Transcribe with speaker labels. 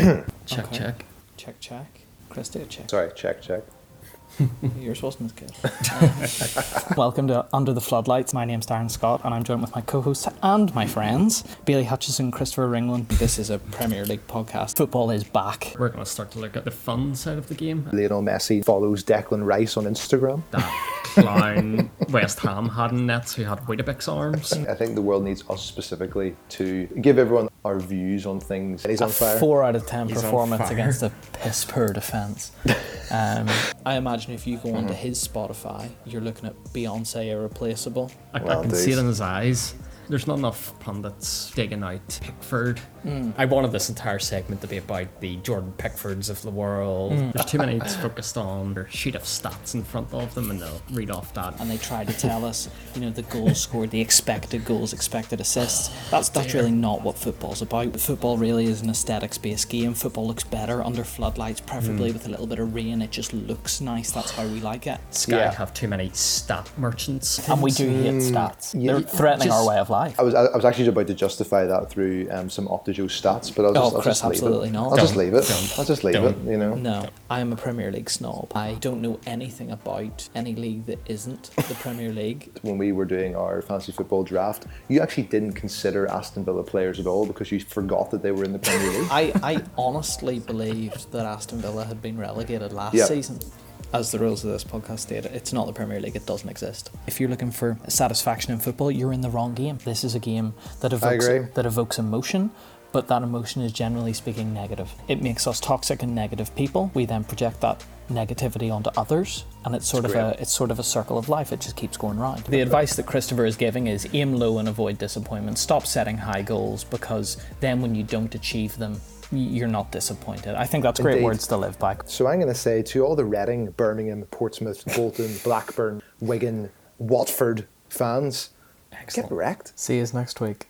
Speaker 1: Check,
Speaker 2: Okay.
Speaker 1: check.
Speaker 2: Check, check. Chris, do a check.
Speaker 3: Sorry, check, check.
Speaker 4: Mm.
Speaker 2: You're supposed to kid. Welcome to Under the Floodlights. My name's Darren Scott, and I'm joined with my co-hosts and my friends, Bailey Hutchison, Christopher Ringland. This is a Premier League podcast. Football is back.
Speaker 1: We're going to start to look at the fun side of the game.
Speaker 3: Lionel Messi follows Declan Rice on Instagram.
Speaker 1: That clown West Ham had in nets who had Weetabix arms.
Speaker 3: I think the world needs us specifically to give everyone our views on things. And he's on fire.
Speaker 2: Four out of ten
Speaker 4: He's on
Speaker 2: performance
Speaker 4: fire.
Speaker 2: against a piss poor defence. Um, I imagine if you go onto
Speaker 4: Mm-hmm.
Speaker 2: his Spotify, you're looking at Beyonce irreplaceable.
Speaker 1: I, I
Speaker 3: Well,
Speaker 1: can see
Speaker 3: these-
Speaker 1: it in his eyes. There's not enough pundits digging out Pickford.
Speaker 2: Hmm.
Speaker 1: I wanted this entire segment to be about the Jordan Pickfords of the world.
Speaker 2: Hmm.
Speaker 1: There's too many that's focused on their sheet of stats in front of them and they'll read off that.
Speaker 2: and they try to tell us, you know, the goals scored, the expected goals, expected assists. That's that's really not what football's about. Football really is an aesthetics-based game. Football looks better under floodlights, preferably with a little bit of rain. It just looks nice. That's how we like it.
Speaker 1: Sky
Speaker 3: Yeah.
Speaker 1: have too many stat merchants.
Speaker 2: And we do hate stats.
Speaker 3: yeah,
Speaker 2: They're threatening our
Speaker 1: just-
Speaker 2: way of life.
Speaker 3: I was, I was actually about to justify that through um, some Optijo stats, but I'll
Speaker 2: Oh,
Speaker 3: just, I'll
Speaker 2: Chris,
Speaker 3: just leave
Speaker 2: absolutely
Speaker 3: it.
Speaker 2: not.
Speaker 3: I'll just
Speaker 1: Don't,
Speaker 3: leave it.
Speaker 1: don't,
Speaker 3: I'll just leave
Speaker 1: don't.
Speaker 3: it. You know.
Speaker 2: No, I am a Premier League snob. I don't know anything about any league that isn't the Premier League.
Speaker 3: When we were doing our fantasy football draft, you actually didn't consider Aston Villa players at all because you forgot that they were in the Premier League.
Speaker 2: I, I honestly believed that Aston Villa had been relegated last
Speaker 3: Yeah.
Speaker 2: season. As the rules of this podcast state, it's not the Premier League, it doesn't exist. If you're looking for satisfaction in football, you're in the wrong game. This is a game that evokes,
Speaker 3: agree.
Speaker 2: that evokes emotion, but that emotion is generally speaking negative. It makes us toxic and negative people. We then project that negativity onto others and it's sort of
Speaker 3: great.
Speaker 2: a it's sort of a circle of life it just keeps going round the advice that christopher is giving is aim low and avoid disappointment stop setting high goals because then when you don't achieve them y- you're not disappointed i think that's great
Speaker 3: Indeed.
Speaker 2: words to live by
Speaker 3: So I'm going to say to all the Reading, Birmingham, Portsmouth, Bolton, Blackburn, Wigan, Watford fans, get wrecked.
Speaker 4: See you next week.